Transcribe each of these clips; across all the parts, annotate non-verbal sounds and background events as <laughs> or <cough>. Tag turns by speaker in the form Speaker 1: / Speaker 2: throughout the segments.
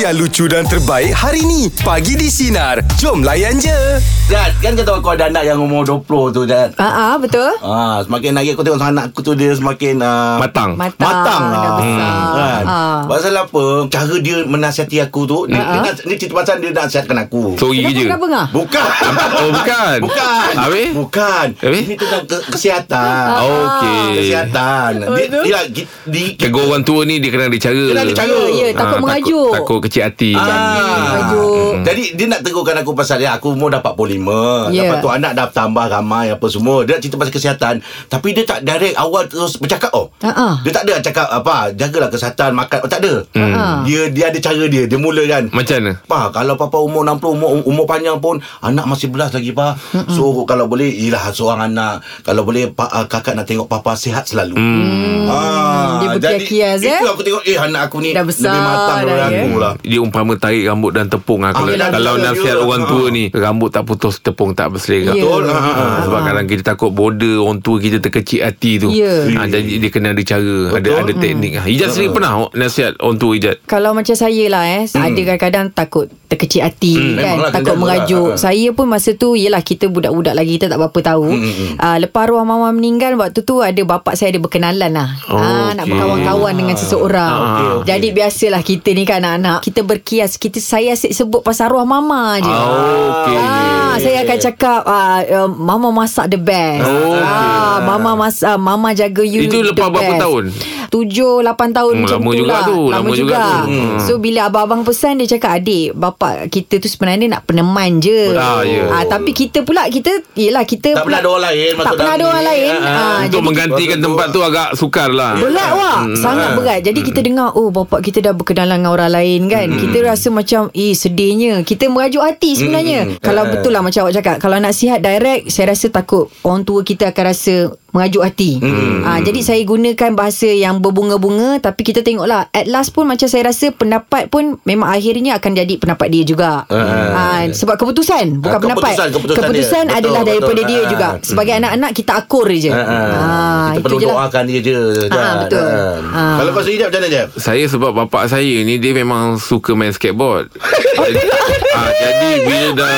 Speaker 1: yang lucu dan terbaik hari ni. Pagi di Sinar. Jom layan je.
Speaker 2: Jad, kan kau tahu kau ada anak yang umur 20 tu, Jad.
Speaker 3: Ah, uh betul.
Speaker 2: Ah, semakin lagi kau tengok anak aku tu dia semakin ah,
Speaker 4: Matang
Speaker 3: Matang,
Speaker 2: matang lah.
Speaker 3: dah besar.
Speaker 2: Hmm, Kan?
Speaker 3: Ah.
Speaker 2: Pasal apa? Cara dia menasihati aku tu, ni,
Speaker 4: Ah.
Speaker 2: ni, nak- ni cerita pasal dia nak sihatkan aku.
Speaker 4: Sorry
Speaker 3: Kenapa
Speaker 4: je
Speaker 3: kenapa ngah?
Speaker 2: Bukan.
Speaker 4: Oh bukan
Speaker 2: Bukan.
Speaker 4: Habis
Speaker 2: Bukan.
Speaker 4: Habis? Ah.
Speaker 2: Ini tentang ke- kesihatan.
Speaker 4: Okey
Speaker 2: Kesihatan. Dia,
Speaker 3: Betul.
Speaker 2: dia, dia, dia, dia
Speaker 4: Tegur orang tua ni Dia kena ada cara
Speaker 2: Kena ada cara.
Speaker 3: Ya, ya,
Speaker 4: Ah,
Speaker 3: takut mengajuk. Ah.
Speaker 4: Takut kecil hati
Speaker 3: Tajuk.
Speaker 2: Hmm. Jadi dia nak tegurkan aku pasal ya aku umur dah 45.
Speaker 3: Ya.
Speaker 2: Yeah. Lepas tu anak dah tambah ramai apa semua. Dia nak cerita pasal kesihatan. Tapi dia tak direct awal terus bercakap oh.
Speaker 3: Ha-ha.
Speaker 2: Dia tak ada cakap apa, jagalah kesihatan, makan. Oh, tak ada.
Speaker 3: Ha-ha.
Speaker 2: Dia dia ada cara dia. Dia mula kan.
Speaker 4: Macam mana
Speaker 2: Pa, kalau papa umur 60 umur umur panjang pun anak masih belas lagi pa.
Speaker 3: Hmm.
Speaker 2: So kalau boleh ialah seorang anak. Kalau boleh pa, uh, kakak nak tengok papa sihat selalu. Hmm.
Speaker 3: Dia berkias-kias, eh?
Speaker 2: Itu aku tengok eh anak aku ni
Speaker 3: Dah besar
Speaker 2: lebih matang
Speaker 3: dah,
Speaker 2: daripada
Speaker 3: ya?
Speaker 2: aku lah.
Speaker 4: dia umpama tarik rambut dan tepung lah. Kalau,
Speaker 2: Ah, yelah,
Speaker 4: kalau
Speaker 2: betul.
Speaker 4: nasihat
Speaker 2: Yelah.
Speaker 4: orang tua
Speaker 2: Ah.
Speaker 4: ni Rambut tak putus Tepung tak berselera
Speaker 3: Ya.
Speaker 2: Betul. Ha, ha,
Speaker 4: Ah,
Speaker 2: ha.
Speaker 4: Sebab kadang kita takut border orang tua kita terkecil hati tu.
Speaker 3: Ya.
Speaker 4: Ah, jadi dia kena ada cara, ada
Speaker 2: Betul. Ah.
Speaker 4: ada teknik. Hmm. Ijat sendiri pernah nasihat orang tua Ijat.
Speaker 3: Kalau macam saya lah eh hmm. Ada kadang-kadang takut Terkecil hati hmm. kan
Speaker 2: memanglah,
Speaker 3: Takut
Speaker 2: kena
Speaker 3: merajuk
Speaker 2: juga. Ha.
Speaker 3: Saya pun masa tu Yelah kita budak-budak lagi Kita tak berapa tahu hmm. uh, Lepas arwah mama meninggal Waktu tu ada bapak saya Ada berkenalan lah
Speaker 4: Oh,
Speaker 3: Ah, Nak
Speaker 4: okey.
Speaker 3: berkawan-kawan dengan seseorang
Speaker 4: Ah,
Speaker 2: okey, okey.
Speaker 3: Jadi biasalah kita ni kan anak-anak Kita berkias kita Saya asyik sebut pasal arwah mama
Speaker 2: Ya.
Speaker 3: je
Speaker 4: Oh, okey.
Speaker 3: Ah, saya akan cakap ah, uh, mama masak the best.
Speaker 4: Oh, okey.
Speaker 3: ah, mama masak mama jaga you.
Speaker 4: Itu
Speaker 3: the
Speaker 4: lepas berapa
Speaker 3: best.
Speaker 4: tahun?
Speaker 3: Tujuh, lapan tahun
Speaker 4: Hmm,
Speaker 3: macam
Speaker 4: lama
Speaker 3: tu
Speaker 4: juga
Speaker 3: lah.
Speaker 4: tu, lama juga tu.
Speaker 3: Hmm.
Speaker 4: Hmm.
Speaker 3: So bila abang-abang pesan dia cakap adik, bapa kita tu sebenarnya nak peneman je.
Speaker 4: Ah, ya.
Speaker 3: Ah, tapi kita pula kita yelah kita
Speaker 2: Tak pernah ada orang lain
Speaker 3: Tak
Speaker 2: masuk
Speaker 3: pernah
Speaker 2: dalam
Speaker 3: ada
Speaker 2: ni.
Speaker 3: orang lain.
Speaker 2: Ah,
Speaker 3: Ah,
Speaker 2: Ah,
Speaker 4: Untuk
Speaker 3: jadi
Speaker 4: menggantikan
Speaker 2: Waktu tu-
Speaker 4: tempat tu agak sukar lah.
Speaker 3: Berat
Speaker 2: Mm,
Speaker 3: wak Sangat berat Jadi kita dengar Oh bapak kita dah berkenalan Dengan orang lain kan
Speaker 2: Mm.
Speaker 3: Kita rasa macam Eh sedihnya Kita merajuk hati
Speaker 2: mm,
Speaker 3: sebenarnya Kalau
Speaker 2: Eh.
Speaker 3: betul lah Macam awak cakap Kalau nak sihat direct Saya rasa takut Orang tua kita akan rasa Merajuk hati
Speaker 2: Mm.
Speaker 3: ha, Jadi saya gunakan Bahasa yang berbunga-bunga Tapi kita tengoklah At last pun Macam saya rasa Pendapat pun Memang akhirnya Akan jadi pendapat dia juga ha, Sebab keputusan Bukan
Speaker 2: Eh. Ah,
Speaker 3: pendapat
Speaker 2: keputusan- keputusan dia.
Speaker 3: Keputusan
Speaker 2: Betul,
Speaker 3: adalah
Speaker 2: betul.
Speaker 3: Daripada dia
Speaker 2: Ah,
Speaker 3: juga
Speaker 2: ah.
Speaker 3: Sebagai anak-anak Kita akur je
Speaker 2: Ah, ah.
Speaker 3: Ah,
Speaker 2: Kita
Speaker 3: itu
Speaker 2: perlu
Speaker 3: je lah.
Speaker 2: doakan dia je Jan.
Speaker 3: Ah, betul.
Speaker 2: Ah.
Speaker 3: Ah.
Speaker 2: Kalau kau sendiri Jap, macam mana Jap?
Speaker 4: Saya sebab bapak saya ni dia memang suka main skateboard.
Speaker 2: <laughs>
Speaker 4: ha, jadi bila dah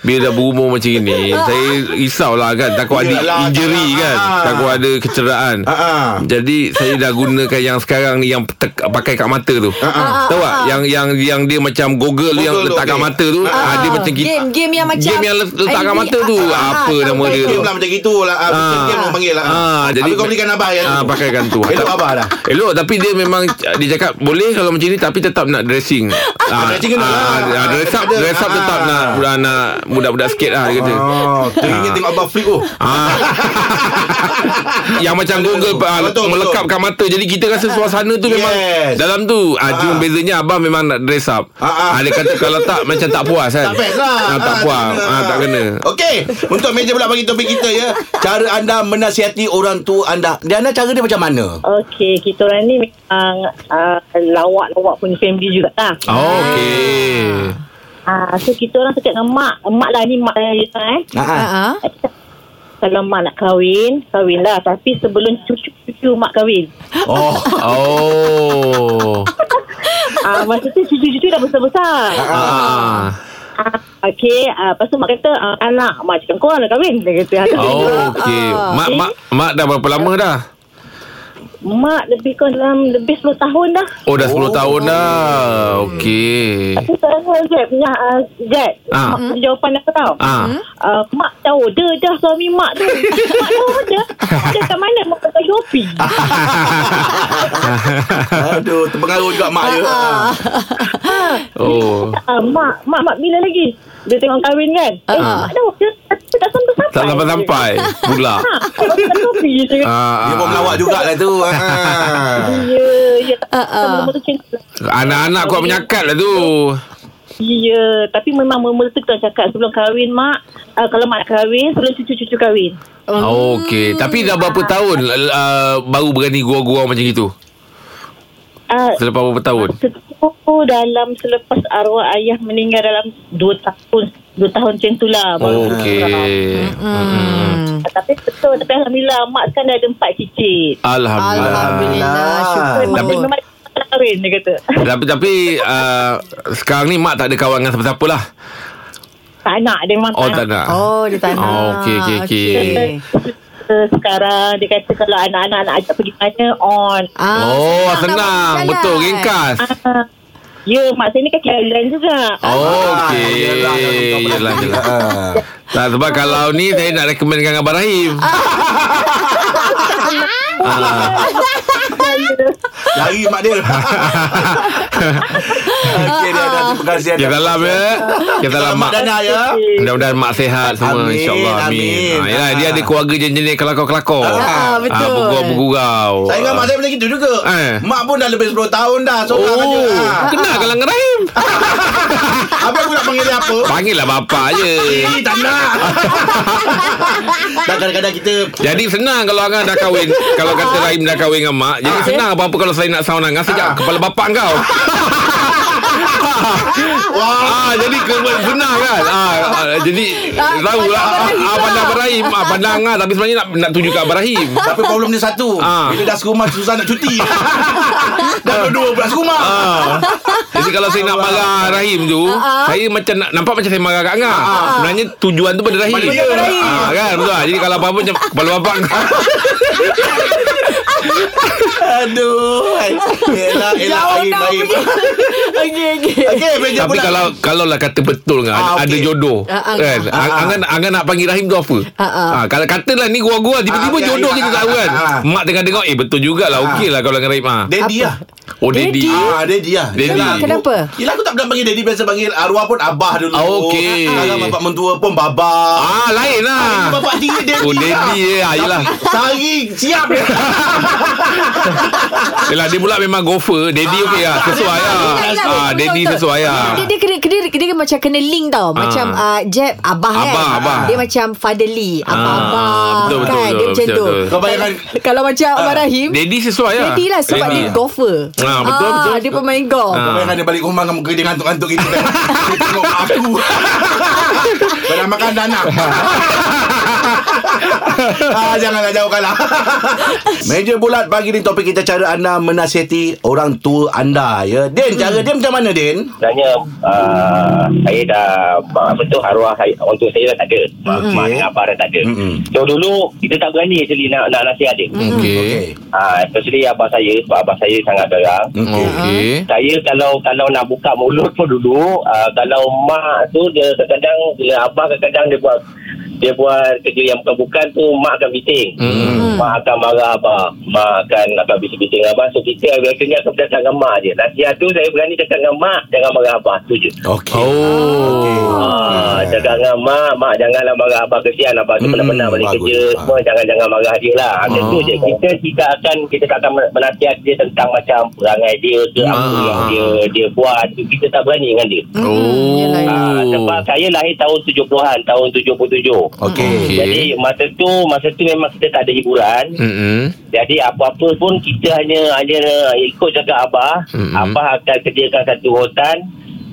Speaker 4: bila dah berumur macam ini saya risaulah kan takut ada
Speaker 2: Yalah,
Speaker 4: injury
Speaker 2: takut-
Speaker 4: kan
Speaker 2: ah.
Speaker 4: takut ada kecederaan
Speaker 2: ah.
Speaker 4: jadi saya dah gunakan yang sekarang ni yang tek, pakai kat mata tu tahu tak yang yang yang dia macam goggle, yang
Speaker 2: Goggle Ah, tu,
Speaker 4: letak kat
Speaker 2: okey.
Speaker 4: mata tu ah, dia macam kita
Speaker 3: game, game yang macam
Speaker 4: game yang letak kat
Speaker 3: NBA.
Speaker 4: mata tu
Speaker 3: Ah,
Speaker 4: apa
Speaker 3: tahu,
Speaker 4: nama dia
Speaker 3: tahu, tahu.
Speaker 4: tu
Speaker 2: Game lah macam gitu lah ah,
Speaker 4: Ah.
Speaker 2: Game orang panggil lah
Speaker 4: Ah, jadi-
Speaker 2: Habis kau belikan abah yang
Speaker 4: Ah, pakaikan tu.
Speaker 2: Elok abah dah
Speaker 4: Elok tapi dia memang dia cakap boleh kalau macam ni tapi tetap nak dressing. Ah,
Speaker 2: dressing kena lah.
Speaker 4: ah, dress up,
Speaker 2: Daripada-
Speaker 4: dress up tetap
Speaker 2: ah.
Speaker 4: nak budak nak budak-budak sikit lah dia kata.
Speaker 2: Oh, teringin tengok abah flip oh. <laughs>
Speaker 4: Ah. Yang macam Google ah,
Speaker 2: Betul, betul.
Speaker 4: melekap kat mata Jadi kita rasa suasana tu memang
Speaker 2: Yes.
Speaker 4: Dalam tu ah, Cuma bezanya Abang memang nak dress up
Speaker 2: Ah, ah.
Speaker 4: ah, Dia kata kalau tak Macam tak puas kan
Speaker 2: Tak best lah
Speaker 4: ah, Tak
Speaker 2: Ah,
Speaker 4: puas ah, Tak kena
Speaker 2: Okey Untuk meja pula bagi topik kita ya Cara anda menasihati orang tua anda Diana cara dia macam mana?
Speaker 5: Okey, kita orang ni memang uh, lawak-lawak punya family juga lah.
Speaker 2: Ah.
Speaker 4: oh, Okay
Speaker 5: Ah, so kita orang cakap dengan mak, mak lah ni mak saya eh.
Speaker 2: Ha ah.
Speaker 3: Ah, ah.
Speaker 5: Kalau mak nak kahwin, kahwinlah. Tapi sebelum cucu-cucu mak kahwin.
Speaker 2: Oh
Speaker 4: Oh
Speaker 5: Ah, masa tu cucu-cucu dah besar-besar.
Speaker 4: ah.
Speaker 5: Ah, Okey, ah, lepas tu mak kata, ah, anak, mak cakap korang nak kahwin. Dia kata, anak.
Speaker 4: Oh, okey. Mak mak mak dah berapa lama dah?
Speaker 5: Mak lebih kurang dalam lebih 10 tahun dah.
Speaker 4: Oh, dah 10 tahun dah. Okey.
Speaker 5: Tapi tak tahu Jeb punya uh, Jeb
Speaker 4: Ah.
Speaker 5: Mak
Speaker 3: Hmm.
Speaker 5: punya jawapan apa tau
Speaker 4: Ah.
Speaker 5: Uh, Mak tahu Dia dah suami mak
Speaker 4: <laughs>
Speaker 5: tu Mak tahu dia Dia kat mana Mak pakai Shopee
Speaker 4: Ah.
Speaker 2: Aduh terpengaruh juga mak dia Ah.
Speaker 4: Oh.
Speaker 5: uh, Mak Mak mak bila lagi Dia tengok kahwin kan Eh
Speaker 4: Ah.
Speaker 5: mak tahu Dia, dia tak sampai-sampai
Speaker 4: Tak sampai sampai pula.
Speaker 5: Ha, mak pakai Shopee je kan
Speaker 4: Ah,
Speaker 2: Dia pun
Speaker 4: ah,
Speaker 2: melawak jugalah tu Ha ah.
Speaker 5: Ya Ya tak
Speaker 3: Ah, ah.
Speaker 5: mula-mula tu macam tu lah.
Speaker 4: ah. Anak-anak kuat menyakat lah tu.
Speaker 5: Ya Tapi memang mula-mula tu Kita cakap sebelum kahwin mak uh, Kalau mak nak kahwin Sebelum cucu-cucu kahwin
Speaker 4: Oh, Okey. Tapi dah berapa tahun uh, baru berani gurau-gurau macam itu?
Speaker 5: uh,
Speaker 4: Selepas berapa tahun?
Speaker 5: Itu
Speaker 6: oh,
Speaker 5: dalam selepas arwah ayah meninggal dalam 2 tahun 2 tahun macam tu lah baru berkurang.
Speaker 4: Oh, Okey.
Speaker 3: Hmm.
Speaker 5: Tapi betul
Speaker 6: kan
Speaker 5: Tapi Alhamdulillah Mak sekarang dah ada 4 cicit
Speaker 4: Alhamdulillah.
Speaker 3: Alhamdulillah syukur.
Speaker 5: Memang, memang
Speaker 6: nak kahwin dia kata. <laughs>
Speaker 4: Tapi, tapi uh, sekarang ni mak tak ada kawan dengan siapa-siapa lah.
Speaker 6: Tak nak dia memang
Speaker 4: Oh, tak nak.
Speaker 3: Oh, dia tak nak.
Speaker 4: Oh, okey, okey, okey.
Speaker 3: Okey.
Speaker 6: Eh, Sekarang dia kata kalau anak-anak nak ajak pergi mana on.
Speaker 3: Ah,
Speaker 4: Oh, senang.
Speaker 3: nak buat
Speaker 4: Betul,
Speaker 3: jalan.
Speaker 4: ringkas.
Speaker 6: Ah, ya mak saya ni kan jalan juga.
Speaker 4: Oh,
Speaker 2: Ah,
Speaker 4: <laughs> okey. lah,
Speaker 2: yelah, yelah,
Speaker 4: Yelah, yelah.
Speaker 2: Ah.
Speaker 4: Tak, sebab kalau ni saya nak rekomenkan dengan Abang Rahim.
Speaker 3: Ah.
Speaker 2: Lari mak
Speaker 4: <laughs>
Speaker 2: dia Okey dia dah Terima kasih
Speaker 4: Kita dalam ya. Kita dalam
Speaker 2: Selamat
Speaker 4: mak.
Speaker 2: Dana ya
Speaker 4: Mudah-mudahan mak sehat semua
Speaker 2: Amin,
Speaker 4: InsyaAllah
Speaker 2: amin.
Speaker 4: amin, Ha, Yalah dia
Speaker 2: Ah.
Speaker 4: ada keluarga jenis-jenis Kelakor-kelakor
Speaker 3: Ah, betul.
Speaker 4: Bergurau-bergurau
Speaker 2: Saya ingat mak saya macam gitu juga
Speaker 4: Eh.
Speaker 2: Mak pun dah lebih 10 tahun dah Seorang oh.
Speaker 4: Oh
Speaker 2: aja Ah.
Speaker 4: Kena kalau dengan Rahim
Speaker 2: Apa aku nak panggil dia apa
Speaker 4: <laughs> Panggil lah bapak je
Speaker 2: Eh, tak nak Dan kadang-kadang kita
Speaker 4: Jadi senang kalau Angang dah kahwin Kalau kata
Speaker 3: Ah.
Speaker 4: Rahim dah kahwin dengan mak Jadi senang apa-apa kalau saya nak sound Angang Sejak kepala bapak
Speaker 3: <laughs>
Speaker 4: kau Wah. Ah, jadi kena senang kan ah, ah, Jadi
Speaker 3: Ah,
Speaker 4: Tahu lah
Speaker 3: pandang
Speaker 4: ah,
Speaker 3: Abang Rahim lah.
Speaker 4: Pandang Abang Rahim ah, Pandang Angang Tapi sebenarnya nak, nak tuju kat Abang Rahim
Speaker 2: Tapi problem dia satu
Speaker 4: Ah.
Speaker 2: Bila dah serumah Susah nak cuti <laughs> Dah dua-dua pula serumah
Speaker 4: Ah. Jadi kalau saya nak
Speaker 3: Ah.
Speaker 4: marah Rahim tu, saya macam nak nampak macam saya marah kat
Speaker 3: Ah,
Speaker 4: Angah. Sebenarnya tujuan tu pada Rahim.
Speaker 2: Pada dia.
Speaker 4: Ah, kan betul. tak? Jadi kalau apa-apa macam kepala
Speaker 3: <laughs>
Speaker 4: bapak.
Speaker 2: Aduh Yelah Yelah
Speaker 3: Jauh
Speaker 2: Rahim
Speaker 3: dah
Speaker 2: Rahim
Speaker 3: pergi. <laughs> Okey, okey.
Speaker 2: Okey meja
Speaker 4: Tapi
Speaker 2: pula
Speaker 4: kalau kalau lah kata betul kan,
Speaker 2: Ah,
Speaker 4: ada
Speaker 2: okey.
Speaker 4: jodoh.
Speaker 3: Ah, ah,
Speaker 4: kan?
Speaker 2: ah, ah.
Speaker 4: Angah Angah nak panggil Rahim tu apa?
Speaker 3: Ah, ah.
Speaker 4: Ah, kalau katalah ni gua-gua tiba-tiba
Speaker 2: Ah, okey,
Speaker 4: jodoh
Speaker 2: ah,
Speaker 4: kita
Speaker 2: ah,
Speaker 4: tak tahu kan.
Speaker 2: ah, ah.
Speaker 4: Mak tengah dengar eh betul jugalah okeylah kalau dengan Rahim ah.
Speaker 2: Daddy
Speaker 3: Apa?
Speaker 2: lah
Speaker 4: Oh Daddy.
Speaker 3: Daddy.
Speaker 2: Ah, Daddy lah
Speaker 4: Daddy.
Speaker 2: Yelah, aku-
Speaker 3: Kenapa?
Speaker 2: Yelah aku tak pernah panggil Daddy Biasa panggil arwah pun Abah dulu
Speaker 4: Ah, okey.
Speaker 2: Kalau bapak mentua pun Babah
Speaker 4: Ah lain lah.
Speaker 2: Ini bapak tiri Daddy
Speaker 4: Oh Daddy ya, yalah.
Speaker 2: Sari siap dia
Speaker 4: Yelah dia pula memang gopher Daddy okey lah Sesuai lah
Speaker 3: Yelah, betul,
Speaker 4: ah, Daddy
Speaker 3: betul.
Speaker 4: sesuai lah
Speaker 3: Dia, dia, dia, dia, dia, dia macam kena link tau Macam uh, Jeb Abah kan
Speaker 4: Abah, abah. Ah,
Speaker 3: Dia macam fatherly Abah-abah
Speaker 4: betul,
Speaker 3: kan?
Speaker 4: betul,
Speaker 3: Dia
Speaker 4: betul,
Speaker 3: macam
Speaker 4: betul,
Speaker 3: tu
Speaker 4: betul. Ah,
Speaker 2: Kau bayangkan
Speaker 3: Kalau macam Abang Rahim
Speaker 4: Daddy sesuai lah
Speaker 3: Daddy lah Sebab
Speaker 4: Daddy.
Speaker 3: dia golfer
Speaker 4: Ah, betul, betul, Ah,
Speaker 3: Dia
Speaker 4: betul.
Speaker 3: pemain golf
Speaker 2: Kau bayangkan dia balik rumah Kamu dia ngantuk-ngantuk gitu kan Dia tengok mak <laughs> aku Pernah makan dah nak <laughs> ah, Janganlah jauhkanlah <laughs> Meja bulat pagi ni topik kita Cara anda menasihati orang tua anda ya. Din, cara dia macam mana Din?
Speaker 7: sebenarnya uh, saya dah apa tu arwah saya orang tua saya dah tak ada. Mak
Speaker 2: Mm-mm.
Speaker 7: mak dengan abah dah tak ada.
Speaker 2: Mm-mm.
Speaker 7: So dulu kita tak berani actually nak nak nasihat dia.
Speaker 4: Hmm, Okey
Speaker 7: Ah especially abah saya sebab abah saya sangat garang.
Speaker 2: Hmm,
Speaker 4: Oh.
Speaker 2: Okey.
Speaker 4: Okey
Speaker 7: Saya kalau kalau nak buka mulut pun dulu uh, kalau mak tu dia kadang-kadang bila abah kadang-kadang dia buat dia buat kerja yang bukan-bukan tu mak akan biting.
Speaker 4: Mm.
Speaker 7: Mak akan marah abah. Mak akan akan bising-bising dengan abah. So kita biasanya akan berdatang dengan mak je. Nasihat tu saya berani datang dengan mak jangan marah abah. Tu je.
Speaker 2: Okey.
Speaker 4: Oh
Speaker 7: Ah, cakap dengan mak, mak janganlah marah abah kesian abah tu
Speaker 2: Hmm,
Speaker 7: pernah-pernah balik
Speaker 2: bagus.
Speaker 7: kerja
Speaker 2: Ah.
Speaker 7: semua jangan-jangan marah dia lah. Macam tu je kita tidak akan kita tak akan menasihat dia tentang macam perangai dia ke apa
Speaker 4: Ah.
Speaker 7: yang dia dia buat tu kita tak berani dengan dia.
Speaker 4: Oh
Speaker 3: yelah,
Speaker 7: Ah, sebab saya lahir tahun 70-an, tahun 77.
Speaker 2: Okey.
Speaker 4: Okey.
Speaker 7: Jadi masa tu masa tu memang kita tak ada hiburan.
Speaker 4: Mm-mm.
Speaker 7: Jadi apa-apa pun kita hanya hanya ikut cakap abah.
Speaker 4: Mm-mm.
Speaker 7: Mm-hmm. Abah akan kerjakan satu rotan.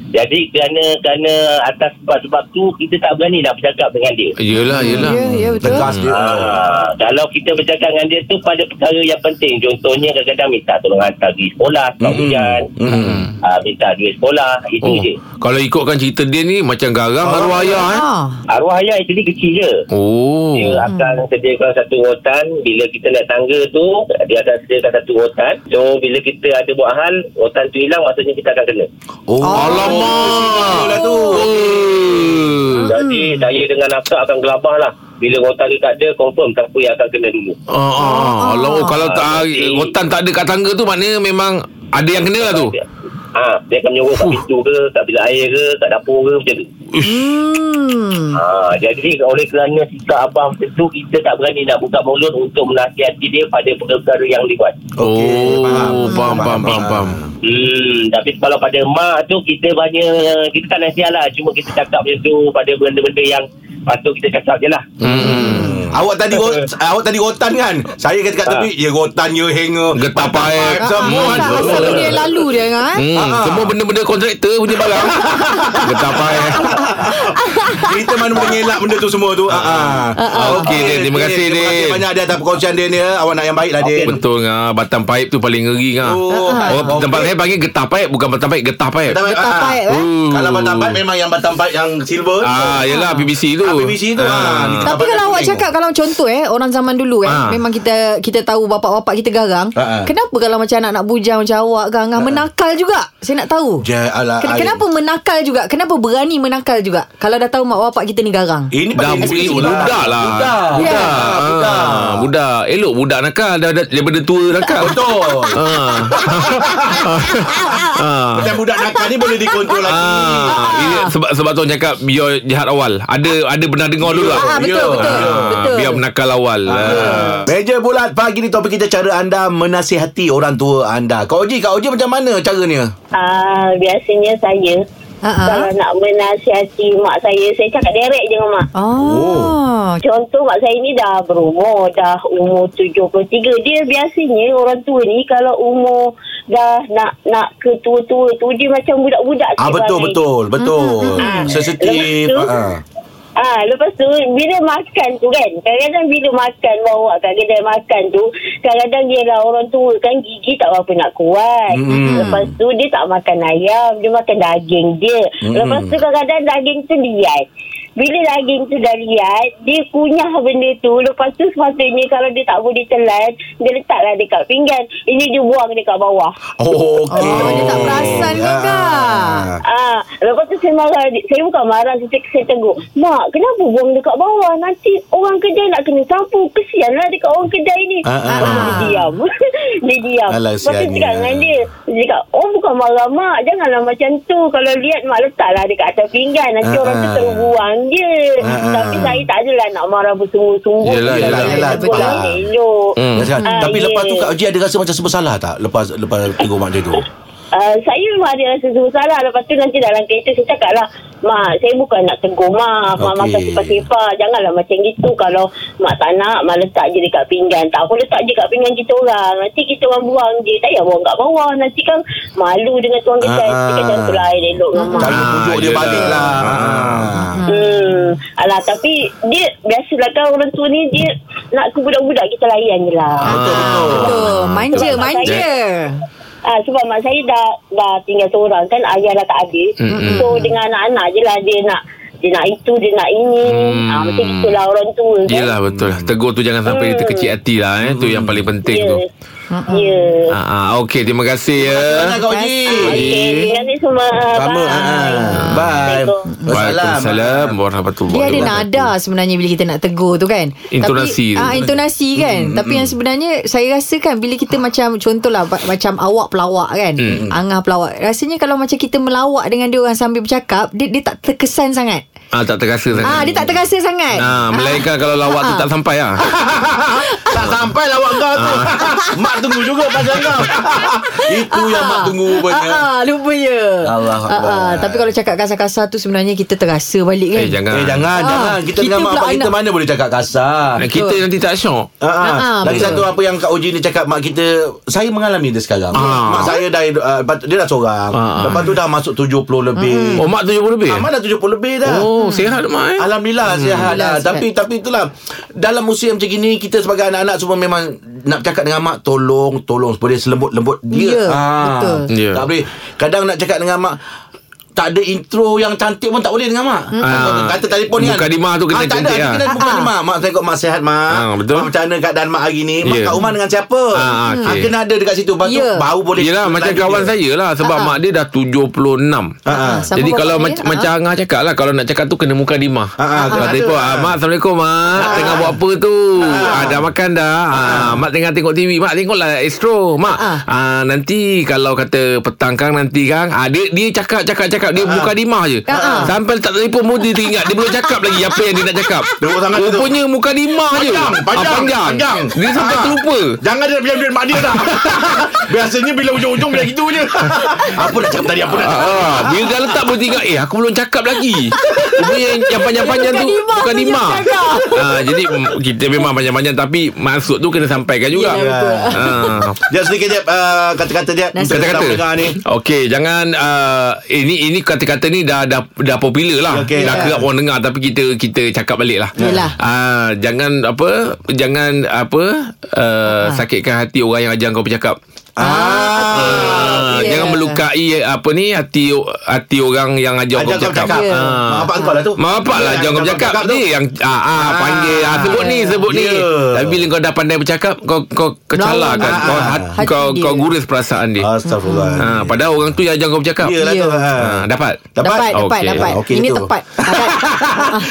Speaker 7: Jadi kerana kerana atas sebab-sebab tu kita tak berani nak bercakap dengan dia.
Speaker 4: Yelah yelah
Speaker 3: Ya ya betul
Speaker 2: Tegas dia
Speaker 7: Ah, kalau kita bercakap dengan dia tu pada perkara yang penting. Contohnya kadang-kadang minta tolong hantar pergi sekolah, sebab
Speaker 2: Mm-mm.
Speaker 7: hujan.
Speaker 2: Mm-mm.
Speaker 7: Ah, minta duit sekolah, itu
Speaker 4: Oh
Speaker 7: je.
Speaker 4: Kalau ikutkan cerita dia ni Macam garang arwah ayah eh
Speaker 3: Ah.
Speaker 7: Arwah ayah itu kecil je.
Speaker 4: Oh
Speaker 7: Dia
Speaker 8: Ya.
Speaker 7: akan sediakan satu rotan Bila kita naik tangga tu Dia akan sediakan satu rotan So bila kita ada buat hal Rotan tu hilang Maksudnya kita akan kena
Speaker 2: Oh,
Speaker 4: Alamak Oh.
Speaker 7: Jadi saya dengan akak akan gelabah lah Bila rotan tu tak ada Confirm siapa yang akan kena dulu
Speaker 4: Ah, ah, ah. Alah, oh, kalau tak
Speaker 7: Okey.
Speaker 4: rotan tak ada kat tangga tu maknanya memang ada yang kena lah tu.
Speaker 7: Ha, dia akan menyuruh kat
Speaker 4: Fuh.
Speaker 7: pintu ke Kat bilik air ke Kat dapur ke Macam tu
Speaker 3: Hmm.
Speaker 7: ha, Jadi oleh kerana Sikap abang macam tu Kita tak berani nak buka mulut Untuk menasihati dia Pada perkara yang dibuat
Speaker 2: Okey,
Speaker 4: oh,
Speaker 2: faham.
Speaker 4: faham, faham, faham, faham.
Speaker 7: Hmm, tapi kalau pada mak tu kita banyak kita tak nasihat lah cuma kita cakap macam tu pada benda-benda yang patut kita cakap je lah.
Speaker 4: Hmm.
Speaker 2: Awak tadi go- awak tadi rotan kan? Saya kata kat
Speaker 7: Ah.
Speaker 2: tepi, ya rotan ya hanger.
Speaker 4: Getapai.
Speaker 2: patah-patah,
Speaker 3: Ah,
Speaker 2: semua.
Speaker 4: Mohon.
Speaker 3: asal, asal dunia lalu dia kan eh?
Speaker 4: Hmm,
Speaker 2: Ah.
Speaker 4: semua benda-benda kontraktor punya barang. Getapai.
Speaker 2: Kita mana boleh ngelak benda tu semua tu. Ha ah.
Speaker 4: Okey, Din. Terima kasih,
Speaker 2: Terima kasih
Speaker 4: Din.
Speaker 2: banyak dia atas perkongsian dia ni. Awak nak yang baik lah
Speaker 7: Okey,
Speaker 2: dia.
Speaker 4: Betul ngah, batang paip tu paling ngeri ngah.
Speaker 2: Oh,
Speaker 4: Orang
Speaker 2: okey.
Speaker 4: tempat saya panggil getah paip bukan batang paip, getah paip.
Speaker 2: Batang paip,
Speaker 3: Betah
Speaker 2: ah.
Speaker 3: paip eh?
Speaker 4: Oh.
Speaker 2: Kalau batang paip memang yang batang paip yang silver.
Speaker 4: Ah, yalah PVC tu.
Speaker 2: Ah, PVC tu. Ah, ni
Speaker 3: Tapi
Speaker 2: Abang
Speaker 3: kalau
Speaker 2: dah
Speaker 3: awak
Speaker 2: kuning.
Speaker 3: cakap Kalau contoh eh Orang zaman dulu eh
Speaker 4: Ah.
Speaker 3: Memang kita Kita tahu bapak-bapak kita garang
Speaker 2: Ah, ah.
Speaker 3: Kenapa kalau macam Anak-anak bujang macam awak garang Menakal juga Saya nak tahu
Speaker 2: Je, alah, alah.
Speaker 3: Ken- Kenapa menakal juga Kenapa berani menakal juga Kalau dah tahu mak bapak kita ni garang
Speaker 2: Ini
Speaker 4: Dah
Speaker 2: paling
Speaker 4: budak
Speaker 2: silver
Speaker 4: lah. Budak lah.
Speaker 2: Budak.
Speaker 4: Budak.
Speaker 2: Ah,
Speaker 4: Ah,
Speaker 2: budak.
Speaker 4: budak. Elok budak nakal dah, dah daripada tua nakal.
Speaker 2: Betul.
Speaker 4: Ah. ah.
Speaker 2: Macam budak nakal ni boleh dikontrol lagi.
Speaker 4: Ah, ini sebab sebab tu orang cakap biar jahat awal. Ada ada benar dengar dulu lah.
Speaker 3: Ah, betul,
Speaker 2: Ya.
Speaker 3: betul,
Speaker 4: Ah,
Speaker 3: betul.
Speaker 4: Biar menakal awal. Ah.
Speaker 2: Meja bulat pagi ni topik kita cara anda menasihati orang tua anda. Kak Oji, Kak Oji macam mana caranya?
Speaker 6: Ah, biasanya saya
Speaker 3: Ha, ha.
Speaker 6: kalau nak menasihati mak saya, saya cakap direct je dengan mak.
Speaker 3: Oh,
Speaker 6: Contoh mak saya ni dah berumur, dah umur 73. Dia biasanya orang tua ni kalau umur dah nak nak ke tua-tua tu dia macam budak-budak
Speaker 2: Ah
Speaker 6: sikit
Speaker 2: betul
Speaker 6: perangai.
Speaker 2: betul betul. Mm-hmm.
Speaker 6: Ah,
Speaker 2: Sensitif.
Speaker 6: lepas tu,
Speaker 2: Ah.
Speaker 6: Ah, lepas tu bila makan tu kan, kadang-kadang bila makan bawa kat kedai makan tu, kadang-kadang dia lah orang tua kan gigi tak berapa nak kuat.
Speaker 2: Mm.
Speaker 6: Lepas tu dia tak makan ayam, dia makan daging dia.
Speaker 2: Mm.
Speaker 6: Lepas tu kadang-kadang daging tu liat. Bila daging tu dah liat, dia kunyah benda tu. Lepas tu sepatutnya kalau dia tak boleh telan, dia letaklah dekat pinggan. Ini dia buang dekat bawah.
Speaker 2: Oh, okey.
Speaker 3: Oh, dia tak perasan ke, Kak?
Speaker 2: lah.
Speaker 6: Ah, lepas tu saya marah adik. Saya bukan marah, saya, saya tegur. Mak, kenapa buang dekat bawah? Nanti orang kedai nak kena sapu. Kesianlah dekat orang kedai ni.
Speaker 2: Ah, ah,
Speaker 6: Lepas tu
Speaker 3: ah.
Speaker 6: Dia diam. <laughs> dia diam.
Speaker 2: Alah,
Speaker 6: lepas tu
Speaker 2: kesiannya.
Speaker 6: cakap dengan dia. Dia cakap, oh bukan marah mak. Janganlah macam tu. Kalau lihat mak letaklah dekat atas pinggan. Nanti
Speaker 2: Ah,
Speaker 6: orang tu
Speaker 2: ah.
Speaker 6: terus buang je.
Speaker 2: Ah, ah.
Speaker 6: Tapi saya tak adalah nak marah bersungguh-sungguh.
Speaker 4: Yelah,
Speaker 6: Saya
Speaker 4: yelah,
Speaker 6: tak
Speaker 3: yelah,
Speaker 6: tegur,
Speaker 3: betul.
Speaker 2: lah.
Speaker 6: saya elok.
Speaker 4: Hmm.
Speaker 2: Nasihat.
Speaker 6: Ah,
Speaker 2: Tapi
Speaker 6: yeah.
Speaker 2: lepas tu Kak Oji ada rasa macam bersalah tak? Lepas lepas tegur mak dia tu.
Speaker 6: Uh, saya memang ada rasa semua salah Lepas tu nanti dalam kereta Saya cakap lah Mak saya bukan nak tegur Mak Mak
Speaker 2: Okey.
Speaker 6: makan sifar-sifar Janganlah macam gitu Kalau mak tak nak Mak letak je dekat pinggan Tak apa letak je kat pinggan kita orang Nanti kita orang buang je Tak payah buang kat bawah Nanti kan malu dengan tuan kedai
Speaker 2: Ah.
Speaker 6: Saya kata tu lah Elok dengan mak
Speaker 2: Kalau
Speaker 4: Ah,
Speaker 2: pujuk dia
Speaker 4: yelah.
Speaker 2: balik lah.
Speaker 6: Hmm. Alah tapi dia biasalah kan orang tua ni dia nak ke budak-budak kita layan je lah.
Speaker 2: Betul Ah. betul.
Speaker 3: Betul, manja,
Speaker 6: Sebab
Speaker 3: manja.
Speaker 6: Ah, sebab mak saya dah dah tinggal seorang kan ayah dah tak ada.
Speaker 4: Mm-mm.
Speaker 6: Mm-hmm. So dengan anak-anak je lah dia nak dia nak itu dia nak ini.
Speaker 4: Hmm.
Speaker 6: Mm. Ah, macam itulah orang tua kan.
Speaker 4: Yelah betul lah. Tegur tu jangan sampai
Speaker 3: Hmm.
Speaker 4: kita kecil hati lah eh. Tu yang paling penting
Speaker 6: Ya.
Speaker 4: tu.
Speaker 6: Ya.
Speaker 4: Ah, ah, okey terima kasih ya.
Speaker 2: Mana Kak Oji?
Speaker 6: Okey, terima kasih semua.
Speaker 2: Sama. ah, ah. Bye.
Speaker 6: Assalamualaikum.
Speaker 4: Waalaikumsalam warahmatullahi
Speaker 3: Dia ada
Speaker 4: wabarakatuh.
Speaker 3: nada sebenarnya bila kita nak tegur tu kan.
Speaker 4: Intonasi
Speaker 3: Tapi,
Speaker 4: tu.
Speaker 3: ah, intonasi
Speaker 2: Hmm.
Speaker 3: kan. Mm, Tapi yang sebenarnya saya rasa kan bila kita macam contohlah ba- macam awak pelawak kan.
Speaker 2: Hmm.
Speaker 3: Mm. Angah pelawak. Rasanya kalau macam kita melawak dengan dia orang sambil bercakap, dia dia tak terkesan sangat.
Speaker 4: Ah tak terasa
Speaker 2: Hmm.
Speaker 4: sangat.
Speaker 3: Ah dia tak terasa sangat.
Speaker 4: Ah, melainkan kalau lawak tu tak sampai ah.
Speaker 2: Tak sampai lah awak kau tu. mak tunggu juga pasal kau. <laughs> Itu yang mak tunggu rupanya.
Speaker 3: Ah, ah, lupanya.
Speaker 2: Allah
Speaker 3: ah, ah,
Speaker 2: Akbar.
Speaker 3: tapi kalau cakap kasar-kasar tu sebenarnya kita terasa balik kan.
Speaker 4: Eh jangan.
Speaker 2: Eh jangan,
Speaker 3: Ah,
Speaker 2: jangan. Kita,
Speaker 3: kita
Speaker 2: dengan mak
Speaker 3: pula
Speaker 2: bapak kita
Speaker 3: anak.
Speaker 2: mana boleh cakap kasar.
Speaker 4: Ah, Kita nanti tak syok.
Speaker 2: Ha, ha.
Speaker 3: Ha, ha,
Speaker 2: Lagi
Speaker 3: betul.
Speaker 2: satu apa yang Kak Oji ni cakap mak kita saya mengalami dia sekarang.
Speaker 4: Ah.
Speaker 2: Mak saya dah uh, lepas tu- dia dah seorang.
Speaker 4: Ah, ah.
Speaker 2: Lepas tu dah masuk 70 lebih.
Speaker 3: Mm-hmm.
Speaker 4: Oh mak 70 lebih.
Speaker 2: Ah, mak dah 70 lebih dah.
Speaker 4: Oh sihat mak eh.
Speaker 2: Alhamdulillah hmm. sihat
Speaker 3: Alhamdulillah,
Speaker 2: lah.
Speaker 3: sihat.
Speaker 2: Tapi tapi itulah dalam usia macam gini kita sebagai anak-anak semua memang nak cakap dengan mak tolong tolong boleh selembut-lembut dia. Ah.
Speaker 3: Ya, betul.
Speaker 4: Ya.
Speaker 2: Tak boleh kadang nak cakap dengan mak tak ada intro yang cantik pun tak boleh dengan mak.
Speaker 3: Hmm.
Speaker 4: Ah.
Speaker 2: Kata telefon ni kan.
Speaker 4: Mukadimah tu kena
Speaker 2: Ah, tak ada,
Speaker 4: cantik
Speaker 2: ada
Speaker 4: lah.
Speaker 2: Kena mukadimah. Mak saya kau mak sihat mak.
Speaker 4: Ah, betul.
Speaker 2: Mak macam mana keadaan mak hari ni? Mak
Speaker 4: Ya.
Speaker 2: kat rumah dengan siapa?
Speaker 4: Ah, ah, okey.
Speaker 2: Ah, kena ada dekat situ. Lepas tu
Speaker 3: Ya.
Speaker 2: baru boleh.
Speaker 4: Yelah macam
Speaker 2: lanjut
Speaker 4: kawan
Speaker 2: dia.
Speaker 4: saya lah Sebab
Speaker 2: Ha,
Speaker 4: mak dia dah 76
Speaker 2: Ah, ah.
Speaker 3: Sama
Speaker 4: Ha, Jadi
Speaker 3: bapak
Speaker 4: kalau
Speaker 3: dia,
Speaker 4: mac-
Speaker 3: ah.
Speaker 4: macam Angah cakap lah Kalau nak cakap tu kena muka dimah
Speaker 2: Ah, ah,
Speaker 4: Kalau
Speaker 2: kena
Speaker 4: telefon ah,
Speaker 2: ada.
Speaker 4: Mak Assalamualaikum
Speaker 2: Ha,
Speaker 4: mak Tengah buat apa tu ah, Dah makan dah ah, Mak tengah tengok TV Mak tengoklah Astro Mak
Speaker 3: Ah,
Speaker 2: Ha,
Speaker 4: ah, Nanti kalau kata petang kang nanti kang ah, Dia dia cakap cakap cakap cakap
Speaker 2: Ha,
Speaker 4: Dia buka dimah je
Speaker 3: Ah.
Speaker 4: Sampai tak telefon pun Dia teringat Dia belum cakap lagi Apa yang dia nak cakap
Speaker 2: Teruk sangat tu.
Speaker 4: Rupanya muka dimah je
Speaker 2: Panjang,
Speaker 4: Ah,
Speaker 2: panjang,
Speaker 4: panjang.
Speaker 2: panjang.
Speaker 4: Dia sampai
Speaker 2: Ah.
Speaker 4: terlupa
Speaker 2: Jangan dia diam-diam mak dia dah. <laughs> Biasanya bila ujung-ujung bila gitu je. <laughs> apa nak cakap tadi? Apa nak cakap?
Speaker 4: Ah, bila dah letak pun tinggal Eh aku belum cakap lagi Rupanya yang, yang panjang-panjang
Speaker 3: Bukan
Speaker 4: tu
Speaker 3: imam
Speaker 4: Bukan
Speaker 3: tu yang
Speaker 4: imam
Speaker 3: cakap.
Speaker 4: ah, Jadi mm, kita memang panjang-panjang Tapi maksud tu kena sampaikan juga
Speaker 3: Yelah, Ya, betul.
Speaker 4: Ah.
Speaker 2: Jap sedikit jap uh, kata-kata jap
Speaker 3: Nasi.
Speaker 2: untuk kita
Speaker 4: Kata-kata
Speaker 2: dengar ni.
Speaker 4: Okey jangan uh, Ini ini kata-kata ni Dah dah, dah popular lah
Speaker 2: Okey.
Speaker 4: okay. Dah
Speaker 2: Ya.
Speaker 4: kerap orang dengar Tapi kita kita cakap balik lah
Speaker 3: Yalah.
Speaker 4: uh, Jangan apa Jangan apa uh, Sakitkan hati orang yang ajar kau bercakap Ah,
Speaker 3: okey.
Speaker 4: jangan
Speaker 3: Ya.
Speaker 4: melukai apa ni hati hati orang yang ajar
Speaker 2: Ajak
Speaker 4: kau
Speaker 2: kau
Speaker 4: bercakap. Ah.
Speaker 2: cakap.
Speaker 3: Ya.
Speaker 2: Mak bapak kau lah tu.
Speaker 4: Mak bapak lah jangan kau bercakap ni yang ah, ah, panggil ah, sebut ni sebut ni.
Speaker 2: Ya.
Speaker 4: Tapi bila kau dah pandai bercakap kau kau kecalakan
Speaker 3: Lawan.
Speaker 4: kau
Speaker 2: Ah.
Speaker 4: hat-
Speaker 3: Hati
Speaker 4: kau
Speaker 3: dia.
Speaker 4: kau gurus perasaan dia.
Speaker 2: Astagfirullah.
Speaker 4: Ha, padahal orang tu yang ajar kau bercakap.
Speaker 2: Yalah tu.
Speaker 3: Ya.
Speaker 2: ha.
Speaker 4: Ha, dapat.
Speaker 3: Dapat,
Speaker 4: Okey.
Speaker 3: dapat, dapat.
Speaker 2: Okey
Speaker 3: Ini
Speaker 2: tu.
Speaker 3: tepat.
Speaker 2: <laughs>
Speaker 3: Dapat.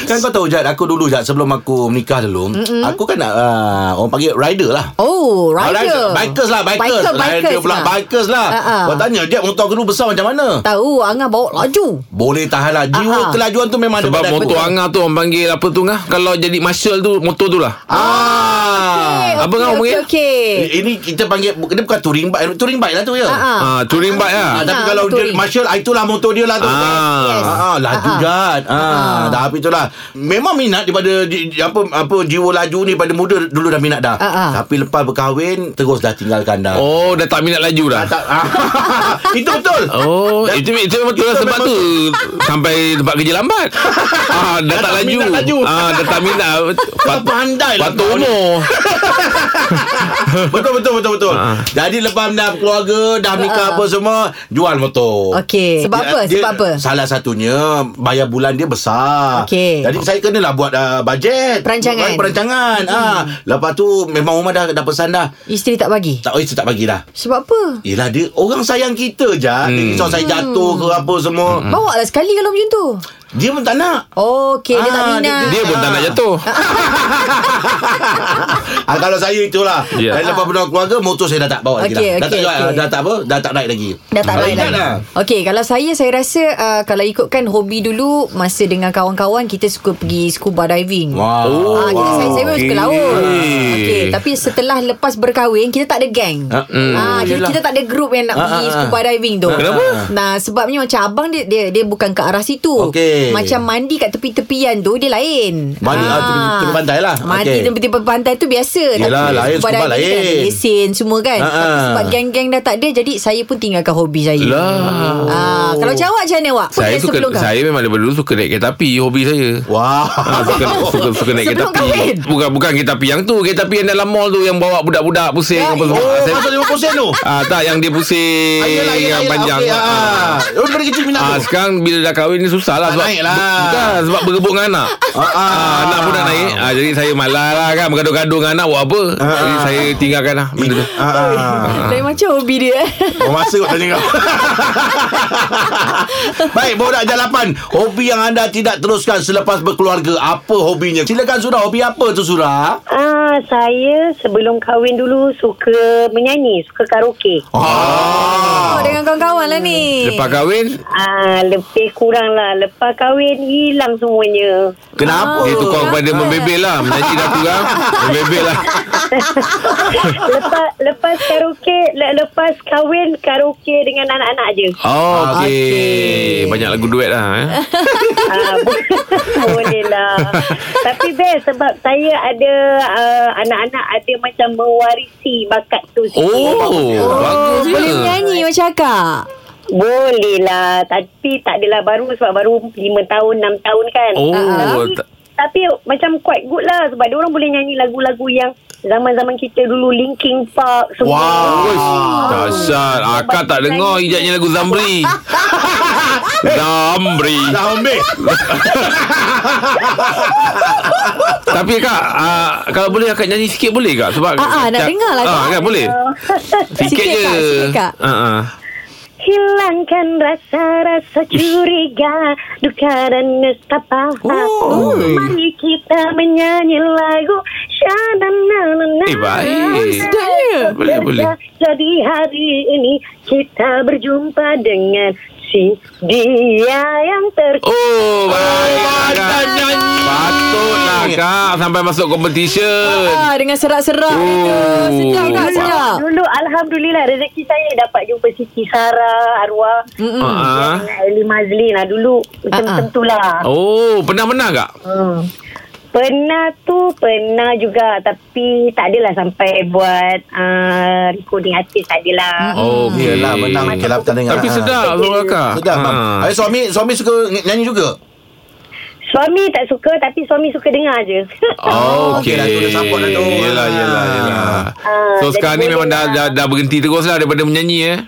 Speaker 2: Kan kau tahu Jad Aku dulu Jad Sebelum aku menikah dulu mm-hmm. Aku kan uh, Orang panggil rider lah
Speaker 3: Oh,
Speaker 2: Ah,
Speaker 3: rider.
Speaker 2: Bikers lah Bikers
Speaker 3: Biker,
Speaker 2: Rider
Speaker 3: bikers
Speaker 2: pula
Speaker 3: lah.
Speaker 2: Bikers lah
Speaker 3: Ah, ah.
Speaker 2: Kau tanya Jad Motor aku dulu besar macam mana
Speaker 3: Tahu Angah bawa laju.
Speaker 2: Boleh tahan lah Jiwa
Speaker 3: Ah, ah.
Speaker 2: kelajuan tu memang ada
Speaker 4: Sebab
Speaker 2: pada
Speaker 4: motor
Speaker 2: aku.
Speaker 4: Angah tu orang panggil apa tu ngah? Kalau jadi marshal tu motor tu lah.
Speaker 3: Eh,
Speaker 4: Ah. Apa
Speaker 3: okey,
Speaker 4: ngah orang
Speaker 3: okey,
Speaker 4: panggil?
Speaker 3: Okey.
Speaker 2: Ini kita panggil bu- Dia bukan touring bike Touring bike lah tu ya
Speaker 3: Ah, ah.
Speaker 4: Ah, touring bike lah.
Speaker 2: Ah, tapi
Speaker 3: Ah,
Speaker 2: kalau dia
Speaker 3: touring.
Speaker 2: martial ah, itulah motor dia lah tu.
Speaker 4: Ah.
Speaker 3: Yes.
Speaker 2: Ah, ah, laju
Speaker 3: Ah, ah.
Speaker 2: jad. Ah,
Speaker 3: Ah.
Speaker 2: dah habis itulah. Memang minat daripada di, di- apa apa jiwa laju ni pada muda dulu dah minat dah.
Speaker 3: Ah, ah.
Speaker 2: Tapi lepas berkahwin terus dah tinggalkan dah.
Speaker 4: Oh, dah tak minat laju dah.
Speaker 2: Ah, tak, ah. <laughs> itu betul.
Speaker 4: Oh,
Speaker 2: Dah-
Speaker 4: itu itu memang betul lah
Speaker 2: itu
Speaker 4: sebab
Speaker 2: <laughs> memang
Speaker 4: tu sampai tempat kerja
Speaker 2: <laughs>
Speaker 4: lambat. ah, dah, tak
Speaker 2: tak
Speaker 4: laju.
Speaker 2: minat laju.
Speaker 4: Ah, dah tak minat.
Speaker 2: <laughs>
Speaker 4: Pat,
Speaker 2: Pandai lah
Speaker 4: patut
Speaker 2: kau ni.
Speaker 4: umur.
Speaker 2: Betul betul betul betul.
Speaker 4: Ah.
Speaker 2: Jadi lepas dah keluarga, dah nikah apa semua, jual motor.
Speaker 3: Ah. Okey. Sebab
Speaker 2: Dia-
Speaker 3: apa?
Speaker 2: dia-
Speaker 3: Sebab apa?
Speaker 2: Salah satunya bayar bulan dia besar.
Speaker 3: Okey.
Speaker 2: Jadi saya kenalah buat uh, bajet.
Speaker 3: Perancangan. Hmm.
Speaker 2: Buat Perancangan. Ah, lepas tu memang rumah dah dah pesan dah.
Speaker 3: Isteri tak bagi.
Speaker 2: Tak oh itu tak bagi dah.
Speaker 3: Sebab apa?
Speaker 2: Yelah dia orang sayang kita je. Hmm. Dia risau saya jatuh ke apa semua.
Speaker 4: Hmm.
Speaker 3: Bawa lah sekali kalau macam tu.
Speaker 2: Dia pun tak nak.
Speaker 3: Okey, dia tak
Speaker 2: Ah, dia-
Speaker 3: minat.
Speaker 4: Dia pun tak nak jatuh.
Speaker 2: ah, kalau saya itulah.
Speaker 4: Ya.
Speaker 2: Dan lepas benda keluarga motor saya dah tak bawa lagi
Speaker 3: Okey,
Speaker 2: dah. dah tak
Speaker 3: okey,
Speaker 2: jual,
Speaker 3: okey.
Speaker 2: dah tak apa, dah tak naik lagi.
Speaker 3: Dah tak
Speaker 2: Ah,
Speaker 3: lain
Speaker 2: ingat
Speaker 3: lagi
Speaker 2: lah.
Speaker 3: Okey Kalau saya Saya rasa uh, Kalau ikutkan hobi dulu Masa dengan kawan-kawan Kita suka pergi scuba diving
Speaker 2: Wow.
Speaker 4: Oh,
Speaker 3: Ah, kita saya saya memang suka
Speaker 4: okey.
Speaker 3: laut. Ah, Okey, tapi setelah lepas berkahwin kita tak ada gang.
Speaker 2: Ah, mm.
Speaker 3: Ah, kita,
Speaker 2: Yelah.
Speaker 3: kita tak ada group yang nak
Speaker 2: Ah,
Speaker 3: pergi
Speaker 2: ah, ah.
Speaker 3: scuba diving tu.
Speaker 4: Kenapa?
Speaker 3: Nah, sebabnya macam abang dia dia dia bukan ke arah situ.
Speaker 2: Okey.
Speaker 3: Macam mandi kat tepi-tepian tu dia lain.
Speaker 2: Mandi, ah, tepi- tepi pantai lah.
Speaker 3: Mandi
Speaker 2: Okey.
Speaker 3: tepi-tepi pantai tu biasa.
Speaker 2: Yelah,
Speaker 3: Tapi
Speaker 2: lain, scuba
Speaker 3: diving
Speaker 2: lain.
Speaker 3: kan ada lesen semua kan.
Speaker 2: Ah,
Speaker 3: Tapi
Speaker 2: ah.
Speaker 3: sebab gang-gang dah tak ada jadi saya pun tinggalkan hobi saya.
Speaker 4: Lah.
Speaker 3: Ah, kalau macam awak macam mana awak? Apa
Speaker 4: Saya
Speaker 3: yang
Speaker 4: suka
Speaker 3: sebelum kau?
Speaker 4: saya memang daripada dulu suka naik kereta api hobi saya.
Speaker 2: Wah.
Speaker 4: Ah, suka,
Speaker 2: <laughs>
Speaker 4: suka, suka naik kereta
Speaker 3: Sebelum
Speaker 4: api
Speaker 3: kahwin?
Speaker 4: Bukan bukan kereta api yang tu Kereta api yang dalam mall tu Yang bawa budak-budak pusing
Speaker 3: Ya,
Speaker 4: apa
Speaker 3: ya.
Speaker 4: semua
Speaker 2: Oh,
Speaker 4: Saya-
Speaker 2: masuk 50% tu.
Speaker 4: Ah tak yang dia pusing
Speaker 2: Ah, yelah, yelah,
Speaker 4: yang
Speaker 2: yelah.
Speaker 4: panjang.
Speaker 2: Okey, ah. Oh, daripada kecil minat
Speaker 4: Ah
Speaker 2: tu.
Speaker 4: sekarang bila dah kahwin ni susah lah
Speaker 2: Tak
Speaker 4: sebab
Speaker 2: naik lah.
Speaker 4: bukan sebab berebut dengan anak.
Speaker 2: Ah, ah.
Speaker 4: Ah, anak pun nak naik. Ah jadi saya malas lah kan bergaduh-gaduh dengan anak buat apa. Jadi saya tinggalkan lah benda tu.
Speaker 2: Ah, ah.
Speaker 3: Lain macam hobi dia eh.
Speaker 2: Oh masa kot tanya kau <laughs> Baik Borak Jalapan Hobi yang anda tidak teruskan Selepas berkeluarga Apa hobinya Silakan Surah Hobi apa tu Surah
Speaker 6: Ah, saya sebelum kahwin dulu suka menyanyi, suka karaoke.
Speaker 2: Ah.
Speaker 3: Oh, dengan kawan-kawan lah ni.
Speaker 4: Lepas kahwin
Speaker 6: Ah, lebih kurang lah. Lepas kahwin, hilang semuanya.
Speaker 2: Kenapa
Speaker 4: dia tukar kepada membebel lah Menyanyi dah kurang Membebel lah
Speaker 6: lepas lepas karaoke, le, lepas kahwin, karaoke dengan anak-anak je.
Speaker 4: Oh okay.
Speaker 3: Okey.
Speaker 4: Banyak lagu duet lah eh.
Speaker 6: Ah, <laughs> bo- boleh lah. Tapi best sebab saya ada ah, anak-anak ada macam mewarisi bakat tu.
Speaker 4: Oh,
Speaker 3: Oh,
Speaker 4: Bagus je
Speaker 3: boleh menyanyi macam akak.
Speaker 6: Boleh lah. Tapi tak adalah baru sebab baru 5 tahun, 6 tahun kan.
Speaker 4: Oh,
Speaker 6: Tapi,
Speaker 4: tak-
Speaker 6: tapi macam quite good lah sebab dia orang boleh nyanyi lagu-lagu yang zaman-zaman kita dulu Linkin Park semua. Ah.
Speaker 4: Dahsyat Akak tak dengar Ijatnya lagu
Speaker 3: <laughs>
Speaker 4: Zamri Zamri
Speaker 2: Dah ambil
Speaker 4: Tapi kak uh, Kalau boleh akak nyanyi sikit boleh kak Sebab
Speaker 3: Ah, ah, nak
Speaker 4: Kak-
Speaker 3: dengar lah,
Speaker 4: ah,
Speaker 3: Kak.
Speaker 4: kan boleh
Speaker 6: <laughs>
Speaker 4: Sikit,
Speaker 3: Sikit,
Speaker 4: je
Speaker 3: Kak, sikit, Kak.
Speaker 4: Ah, ah.
Speaker 6: Hilangkan rasa-rasa curiga Duka dan nestapa
Speaker 4: Oh.
Speaker 6: Mari kita menyanyi lagu Syadananana
Speaker 4: Eh baik
Speaker 3: Sedapnya.
Speaker 4: Boleh boleh
Speaker 6: Jadi hari ini kita berjumpa dengan kasih dia yang ter
Speaker 4: Oh, baik. Kak.
Speaker 3: nyanyi.
Speaker 4: Patutlah kak sampai masuk competition.
Speaker 3: Ah, dengan serak-serak itu.
Speaker 4: Oh.
Speaker 3: Sedap tak?
Speaker 4: Wow.
Speaker 3: Sedap.
Speaker 6: Dulu Alhamdulillah rezeki saya dapat jumpa Siti Sarah Arwah
Speaker 4: Ah, ah.
Speaker 6: dengan Eli Mazlin lah dulu macam
Speaker 3: Ah, ah.
Speaker 6: uh-huh. tentulah
Speaker 4: Oh, pernah-pernah kak?
Speaker 6: hmm. Pernah tu Pernah juga Tapi tak adalah sampai buat uh, Recording artis tak adalah
Speaker 4: Oh, okay.
Speaker 2: Hmm. Yelah, menang okay lah, petang
Speaker 4: Tapi
Speaker 2: dengar.
Speaker 4: sedap suara kak.
Speaker 2: Sedap mam.
Speaker 4: Ah,
Speaker 2: Ayah suami suami suka ny- nyanyi juga.
Speaker 6: Suami tak suka Tapi suami suka dengar je
Speaker 4: Oh, okay.
Speaker 2: Okey lah, tu dah support dah tu.
Speaker 4: Yelah, yelah, yelah.
Speaker 6: Ah, jadi
Speaker 4: So sekarang ni
Speaker 6: boleh
Speaker 4: memang dah,
Speaker 6: lah.
Speaker 4: dah, dah berhenti terus lah daripada menyanyi eh.
Speaker 6: <laughs>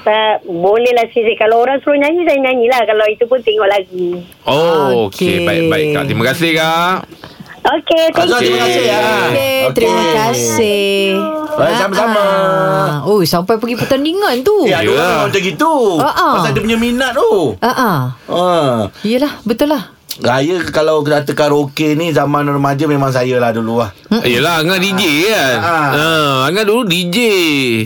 Speaker 6: tak, Bolehlah sikit Kalau orang suruh nyanyi Saya nyanyilah Kalau itu pun tengok lagu Ah,
Speaker 4: Oh, okey.
Speaker 3: Okey.
Speaker 4: Okay. Baik-baik kak. Terima kasih kak.
Speaker 6: Okay thank
Speaker 2: Azhar,
Speaker 6: you
Speaker 2: terima kasih ya.
Speaker 3: Okey, terima kasih.
Speaker 2: Baik, sama-sama.
Speaker 3: Ah, ah. Oh, sampai pergi pertandingan tu.
Speaker 2: Eh,
Speaker 3: Ah,
Speaker 2: ada
Speaker 4: Yelah.
Speaker 2: orang macam gitu.
Speaker 3: Ah, ah.
Speaker 2: Pasal dia punya minat tu.
Speaker 3: ah.
Speaker 2: Ha.
Speaker 3: Yelah, betul lah.
Speaker 2: Raya kalau kata karaoke ni zaman remaja memang saya lah dulu lah.
Speaker 4: Yelah, Angah DJ kan.
Speaker 2: Ah.
Speaker 4: Ah. Angah dulu DJ.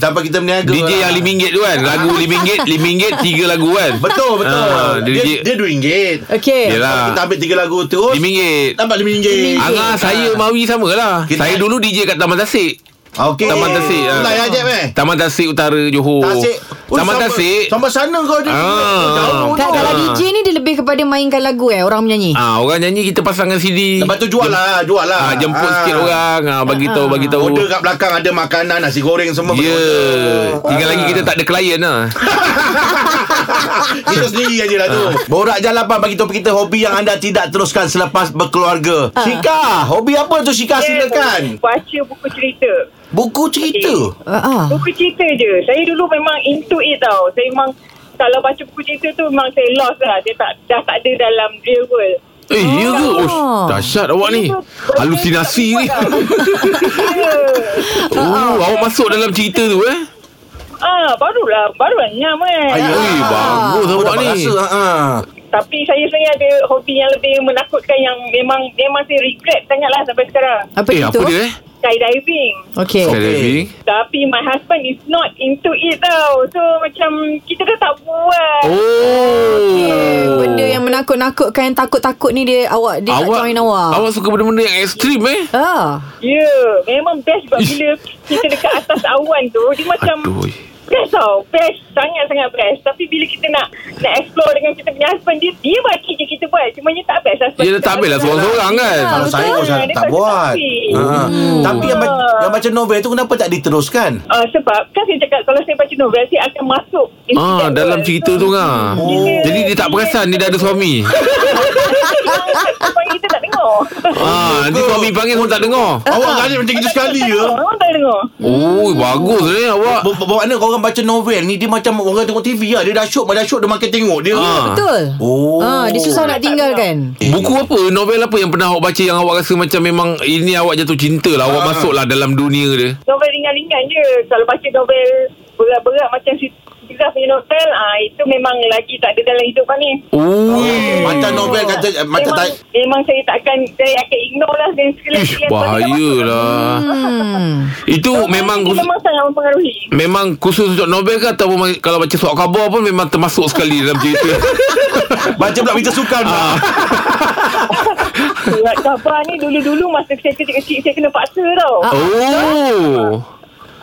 Speaker 2: Sampai kita berniaga
Speaker 4: DJ yang
Speaker 2: lah. Ah.
Speaker 4: RM5 tu kan. Lagu
Speaker 2: <laughs>
Speaker 4: RM5, RM5, tiga lagu kan.
Speaker 2: Betul,
Speaker 4: Ah,
Speaker 2: betul.
Speaker 4: Lah.
Speaker 2: dia,
Speaker 4: DJ.
Speaker 2: dia RM2.
Speaker 3: Okey.
Speaker 4: Yelah.
Speaker 2: Kita ambil tiga lagu terus.
Speaker 4: RM5.
Speaker 2: Dapat RM5.
Speaker 4: Angah, saya Mawi sama lah.
Speaker 2: Ah. Kita- kan-
Speaker 4: Saya dulu DJ kat Taman Tasik.
Speaker 2: Okey.
Speaker 4: Taman Tasik. ah.
Speaker 2: Mulai aja eh.
Speaker 4: Taman Tasik Utara Johor.
Speaker 2: Tasik. Oh,
Speaker 4: Taman
Speaker 2: sampai-
Speaker 4: Tasik.
Speaker 2: Sampai sana kau ada.
Speaker 4: Ah.
Speaker 2: Jauh
Speaker 3: Kak,
Speaker 2: tu.
Speaker 3: kalau DJ ni dia lebih kepada mainkan lagu eh, orang menyanyi.
Speaker 4: Ah orang nyanyi kita pasangkan CD.
Speaker 2: Lepas tu jual lah, jual lah.
Speaker 4: Ah jemput
Speaker 2: Ah.
Speaker 4: sikit orang. Ah bagi tahu bagi tahu.
Speaker 2: Order kan, kat belakang ada makanan, nasi goreng semua.
Speaker 4: Ya.
Speaker 2: kena order.
Speaker 4: Tinggal lagi kita tak ada klien lah.
Speaker 2: Kita sendiri aje lah tu. Borak jalapan bagi topik kita hobi yang anda tidak teruskan selepas berkeluarga.
Speaker 3: Ah.
Speaker 2: Shika, hobi apa tu Shika silakan.
Speaker 9: Baca buku cerita.
Speaker 2: Buku cerita.
Speaker 3: Ah. ah.
Speaker 9: Buku cerita je. Saya dulu memang into it tau. Saya memang kalau baca buku cerita tu memang saya lost lah. Saya tak dah tak ada dalam real world.
Speaker 4: Eh, ya ke?
Speaker 3: Oh.
Speaker 4: Oh, dahsyat awak ni.
Speaker 9: Itu benda
Speaker 4: Halusinasi ni.
Speaker 9: tak kuat lah.
Speaker 4: Oh, awak masuk dalam cerita tu eh.
Speaker 9: ah, barulah barulah nyam kan.
Speaker 2: Ayah.
Speaker 4: Eh, bagus
Speaker 2: Oh,
Speaker 4: awak
Speaker 2: dapat
Speaker 4: ni.
Speaker 2: rasa. Ha. ah.
Speaker 9: Tapi saya sebenarnya ada hobi yang lebih menakutkan yang memang memang saya regret sangatlah sampai sekarang.
Speaker 3: Apa
Speaker 4: Eh, apa
Speaker 3: itu?
Speaker 4: dia eh?
Speaker 9: Skydiving.
Speaker 3: Okey.
Speaker 4: Skydiving.
Speaker 9: Tapi my husband is not into it lah. tau. So macam kita dah tak buat.
Speaker 4: Oh.
Speaker 3: Benda yang menakut-nakutkan yang takut-takut ni dia awak dia awak, join awak.
Speaker 4: awak suka benda-benda yang ekstrim eh?
Speaker 3: ah.
Speaker 9: Ya, yeah, memang best sebab bila kita dekat atas awan tu, dia macam
Speaker 4: Aduh.
Speaker 9: best tau. Best, sangat-sangat best. Tapi bila kita nak nak explore dengan kita punya husband, dia dia bagi je kita buat. Cuma dia tak best husband.
Speaker 4: Dia dah tak ambil lah seorang-seorang kan?
Speaker 2: Kalau
Speaker 3: betul.
Speaker 2: saya pun saya
Speaker 9: Dia
Speaker 2: tak
Speaker 9: tak
Speaker 2: buat.
Speaker 9: tertarik.
Speaker 2: Ha.
Speaker 3: Hmm.
Speaker 2: Tapi yang, ba- yang macam novel tu kenapa tak diteruskan?
Speaker 9: Uh, sebab kan saya cakap kalau saya baca novel, saya akan masuk. into
Speaker 4: Ah,
Speaker 9: that
Speaker 4: dalam
Speaker 9: world.
Speaker 4: cerita tu kan.
Speaker 9: Oh.
Speaker 4: Jadi dia tak perasan dia dah ada suami.
Speaker 9: Sebab kita Ah, tak dengar.
Speaker 4: Ah, nanti suami panggil pun tak dengar.
Speaker 2: Awak kali macam itu sekali ya.
Speaker 9: Ah, Orang tak dengar.
Speaker 4: Oh, bagus ni awak.
Speaker 2: Bawa bawa mana korang baca novel ni Dia macam orang tengok TV lah Dia dah syok Dia dah syok Dia makin tengok dia
Speaker 4: Ah. Eh.
Speaker 3: Betul.
Speaker 2: Oh.
Speaker 3: Ah, dia susah nak tinggalkan.
Speaker 4: Buku apa, novel apa yang pernah awak baca yang awak rasa macam memang ini awak jatuh cinta lah,
Speaker 2: Ah.
Speaker 4: awak masuklah dalam dunia dia.
Speaker 9: novel ringan-ringan je. Kalau baca novel berat-berat macam si Zizah punya novel, ah itu memang lagi tak ada dalam hidup kau ni.
Speaker 4: Oh,
Speaker 2: Macam novel kata eh, Macam
Speaker 9: memang,
Speaker 2: tak
Speaker 9: memang saya takkan saya akan ignore lah dan sekali
Speaker 4: ish, bahayalah.
Speaker 3: Hmm.
Speaker 4: Itu memang
Speaker 9: memang
Speaker 4: khusus,
Speaker 9: memang sangat mempengaruhi.
Speaker 4: memang khusus untuk novel ke ataupun ma- kalau baca surat khabar pun memang termasuk sekali dalam cerita.
Speaker 2: Baca pula berita sukan pula.
Speaker 9: Surat khabar ni dulu-dulu masa saya kecil-kecil saya kena paksa tau.
Speaker 4: Ah. oh.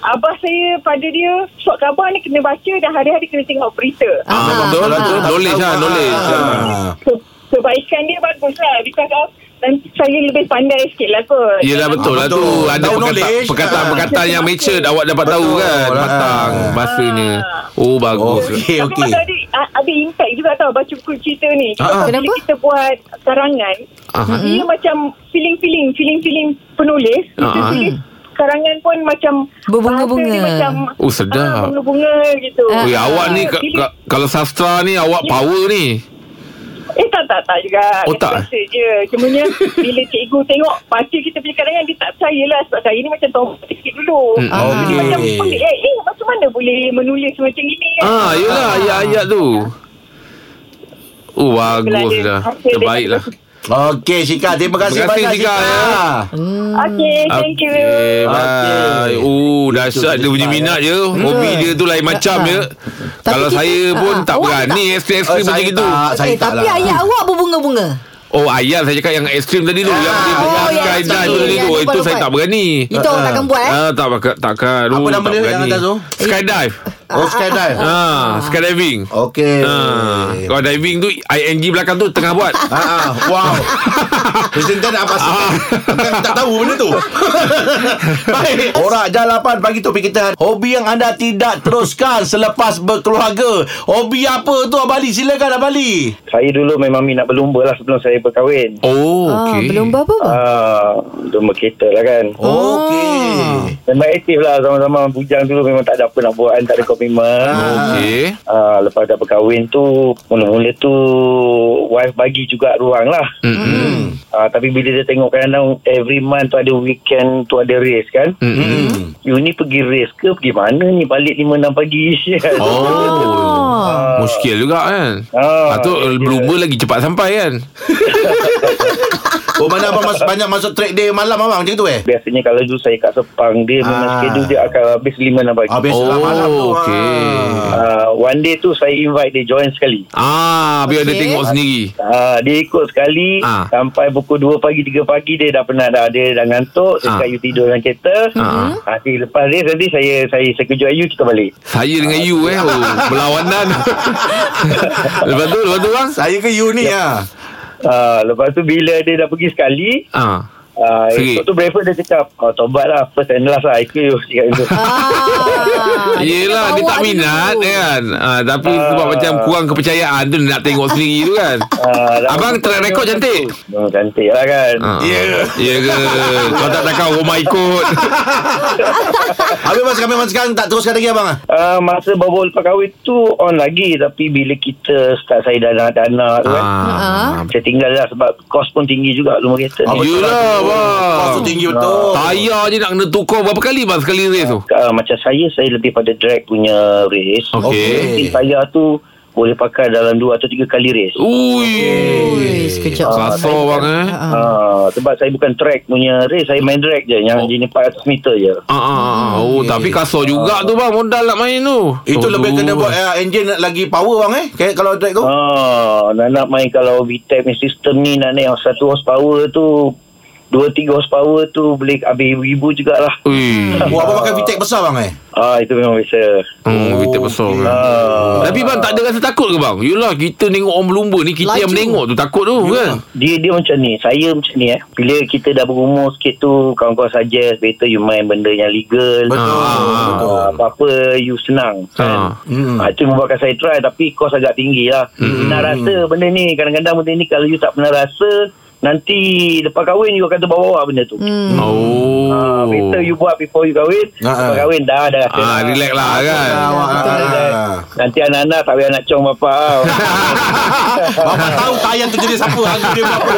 Speaker 9: Abah saya pada dia surat khabar ni kena baca dan hari-hari kena tengok berita.
Speaker 4: Ah, betul. Knowledge lah, knowledge.
Speaker 2: Ah.
Speaker 9: Ke- Kebaikan dia bagus lah because of dan saya lebih pandai sikit lah kot.
Speaker 4: Yelah betul lah tu Ada
Speaker 2: betul. Tahu
Speaker 4: perkata-
Speaker 2: knowledge. Ah.
Speaker 4: perkataan-perkataan yang matured Awak dapat tahu
Speaker 2: Betul
Speaker 4: kan
Speaker 2: lah.
Speaker 4: Matang Bahasanya Oh bagus
Speaker 9: Tapi
Speaker 2: Okey, okey.
Speaker 9: okay. ada, a- ada impact juga tau baca buku cerita ni.
Speaker 2: Ah, ah.
Speaker 9: Sebab bila
Speaker 3: Kenapa?
Speaker 9: kita buat karangan,
Speaker 4: Ah, ah.
Speaker 9: dia macam feeling-feeling, feeling-feeling penulis. Kita
Speaker 4: Ah, ah.
Speaker 9: tulis karangan pun macam
Speaker 3: Berbunga-bunga.
Speaker 9: bahasa dia macam
Speaker 4: Oh, sedap.
Speaker 9: ah, bunga-bunga gitu.
Speaker 3: Ah.
Speaker 4: Ui, awak ni ka,
Speaker 9: Feeling-
Speaker 4: ka, kalau sastra ni awak
Speaker 9: Ya.
Speaker 4: power ni.
Speaker 9: Eh tak tak tak juga
Speaker 4: Oh, tak,
Speaker 9: Biasa je Cuma bila cikgu tengok Baca kita punya karangan Dia tak percaya lah Sebab saya ni macam tomboy sikit dulu
Speaker 4: Hmm,
Speaker 9: Ah,
Speaker 2: Mm. okey.
Speaker 9: Macam pelik eh, eh macam mana boleh menulis macam ini kan
Speaker 4: Ah, yelah ayat-ayat tu. Oh
Speaker 9: Bila
Speaker 4: bagus
Speaker 9: dia-
Speaker 4: dah. lah.
Speaker 9: hasil dia
Speaker 4: Terbaiklah.
Speaker 9: dapat-
Speaker 2: Okey Syika Terima kasih
Speaker 4: Terima kasih,
Speaker 2: ya. banyak
Speaker 4: Syika,
Speaker 2: Syika,
Speaker 9: Okay, thank you.
Speaker 4: Okay, bye.
Speaker 2: Okay.
Speaker 4: Oh, dahsyat
Speaker 2: Itu
Speaker 4: dia punya
Speaker 2: sebab, ya. Hmm. Ah.
Speaker 4: minat je. Hobi dia tu lain macam je. Kalau
Speaker 3: kita-
Speaker 4: saya pun
Speaker 3: Ah,
Speaker 4: tak
Speaker 3: awak
Speaker 4: berani ekstrim-ekstrim
Speaker 2: Eh,
Speaker 4: macam
Speaker 2: saya
Speaker 4: itu.
Speaker 2: tak. saya
Speaker 3: eh, tapi
Speaker 2: lah.
Speaker 4: Ah.
Speaker 3: ayat awak berbunga-bunga.
Speaker 4: Oh, ayat saya cakap yang ekstrim tadi tu. Yang dia
Speaker 2: oh,
Speaker 3: yang
Speaker 4: berangkai
Speaker 3: macam
Speaker 4: dan tadi
Speaker 3: tu, yang
Speaker 4: tu. Itu
Speaker 3: dia
Speaker 4: saya
Speaker 3: lompat-lompat.
Speaker 4: tak berani.
Speaker 3: Itu orang takkan buat eh.
Speaker 4: Ah, tak bakal takkan.
Speaker 2: Ya. Apa
Speaker 4: Oh,
Speaker 2: nama
Speaker 4: tak
Speaker 2: dia yang
Speaker 4: berani.
Speaker 2: atas tu?
Speaker 4: Skydive.
Speaker 2: Oh skydive
Speaker 4: Ah, skydiving.
Speaker 2: Okey
Speaker 4: Ah, kalau diving tu ING belakang tu tengah buat.
Speaker 2: <laughs> Ah, ah, wow. Presenter nak pasal Bukan tak tahu benda <laughs> tu Baik Orang jalapan pagi topik kita Hobi yang anda tidak teruskan Selepas berkeluarga Hobi apa tu Abali Silakan Abali
Speaker 8: Saya dulu memang minat berlumba lah sebelum saya berkahwin.
Speaker 4: Oh,
Speaker 3: Ah,
Speaker 4: okey.
Speaker 3: belum berapa pun.
Speaker 8: Ah, lumba kereta lah kan.
Speaker 4: Oh.
Speaker 2: Okey
Speaker 8: Memang aktif lah sama-sama bujang dulu memang tak ada apa nak buat kan, tak ada komitmen.
Speaker 4: Okey.
Speaker 8: Ah, lepas dah berkahwin tu mula-mula tu wife bagi juga ruang lah.
Speaker 4: Hmm. Mm-mm.
Speaker 8: Ah, tapi bila dia tengok kadang-kadang every month tu ada weekend tu ada race kan.
Speaker 4: Mm-mm.
Speaker 8: You ni pergi race ke pergi mana ni balik 5 6 pagi. <laughs>
Speaker 4: Oh.
Speaker 3: Ah.
Speaker 4: Muskil juga kan.
Speaker 8: Ah,
Speaker 4: Ah, tu
Speaker 8: ya, ya.
Speaker 4: berlumba lagi cepat sampai kan.
Speaker 2: Oh mana abang mas- banyak masuk track day malam abang Macam tu eh
Speaker 8: Biasanya kalau dulu saya kat Sepang dia memang
Speaker 2: Ah.
Speaker 8: schedule dia akan habis 5 6 pagi.
Speaker 2: Ah, biasalah
Speaker 4: Oh,
Speaker 2: malam tu
Speaker 4: okey.
Speaker 2: ah.
Speaker 8: Ah, one day tu saya invite dia join sekali.
Speaker 4: Ah, biar dia
Speaker 3: Okey.
Speaker 4: tengok sendiri.
Speaker 8: Ah, dia ikut sekali
Speaker 4: Ah.
Speaker 8: sampai pukul 2 pagi 3 pagi dia dah penat dah dia dah ngantuk
Speaker 4: Ah.
Speaker 8: saya cakap you tidur dalam kereta
Speaker 4: Ah.
Speaker 8: ah. nanti lepas dia nanti saya saya saya kejut you kita balik
Speaker 4: Saya dengan you eh oh, Berlawanan <laughs> Lepas tu Lepas tu bang
Speaker 2: Saya ke you ni ah.
Speaker 8: ah, lepas tu bila dia dah pergi sekali
Speaker 4: ah.
Speaker 8: ah,
Speaker 4: Seri.
Speaker 8: esok tu breakfast dia cakap oh, tobat lah first and last lah IQ you <laughs> cakap gitu
Speaker 3: Ah, dia
Speaker 4: <laughs> Yelah
Speaker 3: kena
Speaker 4: Dia
Speaker 3: bawa
Speaker 4: tak
Speaker 3: dulu.
Speaker 4: minat kan ah, Tapi sebab macam Kurang kepercayaan tu Nak <laughs> tengok sendiri tu kan
Speaker 8: Ah, dah-
Speaker 4: Abang track record cantik
Speaker 8: Hmm, cantik lah kan
Speaker 4: ah. Ya yeah. ke Kau tak takkan oh rumah ikut
Speaker 2: Habis mas kami sekarang tak teruskan lagi abang ah.
Speaker 8: Ah, masa baru lepas kahwin tu on lagi tapi bila kita start saya dah nak anak tu kan
Speaker 4: ah.
Speaker 8: saya tinggal lah sebab kos pun tinggi juga rumah kereta
Speaker 2: Ah,
Speaker 8: ni.
Speaker 2: betul
Speaker 4: Yelah,
Speaker 2: tu.
Speaker 4: abang.
Speaker 2: Kos tu tinggi betul.
Speaker 4: Tayar je nak kena tukar Berapa kali bang Sekali race tu
Speaker 8: uh, macam saya saya lebih pada drag punya race.
Speaker 4: Okey.
Speaker 8: Tapi saya tu boleh pakai dalam dua atau tiga kali race.
Speaker 4: Ui
Speaker 3: Ui, sekejap.
Speaker 4: Kasar bang
Speaker 3: Ah,
Speaker 4: eh
Speaker 8: Uh. Uh, sebab saya bukan track punya race, saya main drag je
Speaker 4: Oh.
Speaker 8: yang jenis 400 meter je.
Speaker 4: Ah, ah, ah. Oh, tapi kasar juga tu bang Modal nak main tu
Speaker 2: Itu
Speaker 4: Aduh.
Speaker 2: lebih kena buat uh, engine lagi power bang eh. Kayak kalau track tu.
Speaker 8: Ah, nak nak main kalau VTEC ni sistem ni nak naik satu horsepower tu dua tiga horsepower tu boleh habis ribu jugalah.
Speaker 4: Ui
Speaker 2: Oh, abang pakai VTEC besar bang eh.
Speaker 8: Ah itu memang biasa.
Speaker 4: Hmm, kita besar kan.
Speaker 8: Ah,
Speaker 4: Tapi bang tak ada rasa takut ke bang? Yelah kita tengok orang berlumba ni Kita
Speaker 3: Laju.
Speaker 4: yang menengok tu takut tu kan
Speaker 8: dia dia macam ni saya macam ni eh bila kita dah berumur sikit tu kawan-kawan suggest better you main benda yang legal
Speaker 2: Betul.
Speaker 8: Ah, apa-apa you senang kan
Speaker 4: Ah.
Speaker 2: Hmm.
Speaker 8: Ah, itu membuatkan saya try tapi kos agak tinggi lah nak rasa
Speaker 2: Hmm.
Speaker 8: benda ni kadang-kadang benda ni kalau you tak pernah rasa nanti lepas kahwin you akan terbawa-bawa benda tu hmm.
Speaker 4: Oh Ha,
Speaker 8: better you buat before you kahwin
Speaker 2: Ah,
Speaker 8: lepas
Speaker 2: ah.
Speaker 8: kahwin dah dah rasa
Speaker 4: Ah, relax lah kan
Speaker 2: Ah.
Speaker 8: nanti anak-anak tak payah nak cong
Speaker 4: <laughs>
Speaker 8: bapak
Speaker 2: Bapa tahu tayang tu jenis apa Lagu dia buat apa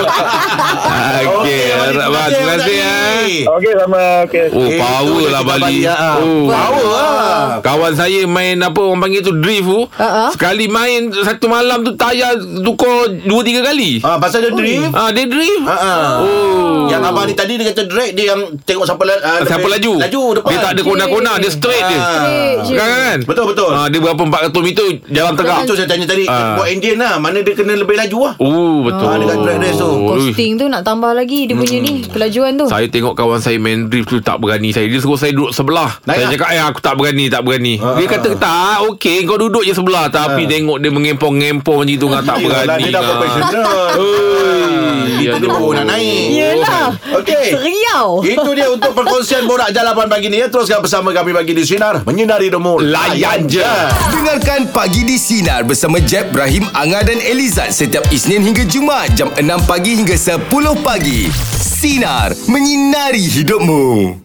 Speaker 4: Okey
Speaker 2: Abang,
Speaker 4: harap bang Terima kasih eh
Speaker 8: Okey sama okay.
Speaker 4: Oh
Speaker 2: Eh,
Speaker 4: power
Speaker 2: tu dia
Speaker 4: lah
Speaker 2: cakap
Speaker 4: Bali
Speaker 2: Bali, ah.
Speaker 4: Oh
Speaker 2: Power lah
Speaker 4: Kawan saya main apa orang panggil tu drift tu
Speaker 3: ah.
Speaker 4: Sekali main satu malam tu tayar tukar dua tiga kali
Speaker 2: Ah, pasal dia drift
Speaker 4: Ah dia drift
Speaker 2: ah, ah.
Speaker 4: Oh
Speaker 2: Yang abang ni tadi dia kata drag Dia yang tengok siapa la- ah,
Speaker 4: Siapa
Speaker 2: lebih-
Speaker 4: laju
Speaker 2: Laju depan
Speaker 4: Dia tak ada kona-kona Dia straight dia
Speaker 2: Ah.
Speaker 3: Straight je.
Speaker 4: Kan kan
Speaker 2: Betul betul
Speaker 4: Ah, dia berapa 400 meter jalan tegak.
Speaker 2: Itu saya tanya tadi
Speaker 4: Ah.
Speaker 2: Buat Indian lah Mana dia kena lebih laju lah
Speaker 4: Oh betul.
Speaker 2: Ah, dekat track race tu.
Speaker 4: Ui,
Speaker 3: Costing tu nak tambah lagi Dia punya ni Kelajuan
Speaker 2: Oh.
Speaker 3: tu
Speaker 4: Hmm. Saya tengok kawan saya main drift tu tak berani saya. Dia suruh saya duduk sebelah.
Speaker 2: Naik
Speaker 4: saya
Speaker 2: lah.
Speaker 4: cakap, "Eh aku tak berani, tak berani."
Speaker 2: Ah,
Speaker 4: dia
Speaker 2: ah,
Speaker 4: kata, "Tak, okey kau duduk je sebelah." Tapi tengok dia mengempong-ngempong gitu kan tak
Speaker 2: Yelah,
Speaker 4: berani.
Speaker 2: Dia dah
Speaker 4: lah.
Speaker 2: professional
Speaker 4: Ui,
Speaker 2: Itu dia
Speaker 4: aduh.
Speaker 2: baru nak naik
Speaker 3: Yelah
Speaker 2: Okey.
Speaker 3: Seriau
Speaker 2: Itu dia untuk perkongsian Borak Jalapan pagi ni ya. Teruskan bersama kami bagi di Sinar Menyinari Demo
Speaker 4: Layan je.
Speaker 10: Dengarkan Pagi di Sinar bersama Jeb, Ibrahim, Anga dan Elizad setiap Isnin hingga Jumaat jam 6 pagi hingga 10 pagi. Sinar, menyinari hidupmu.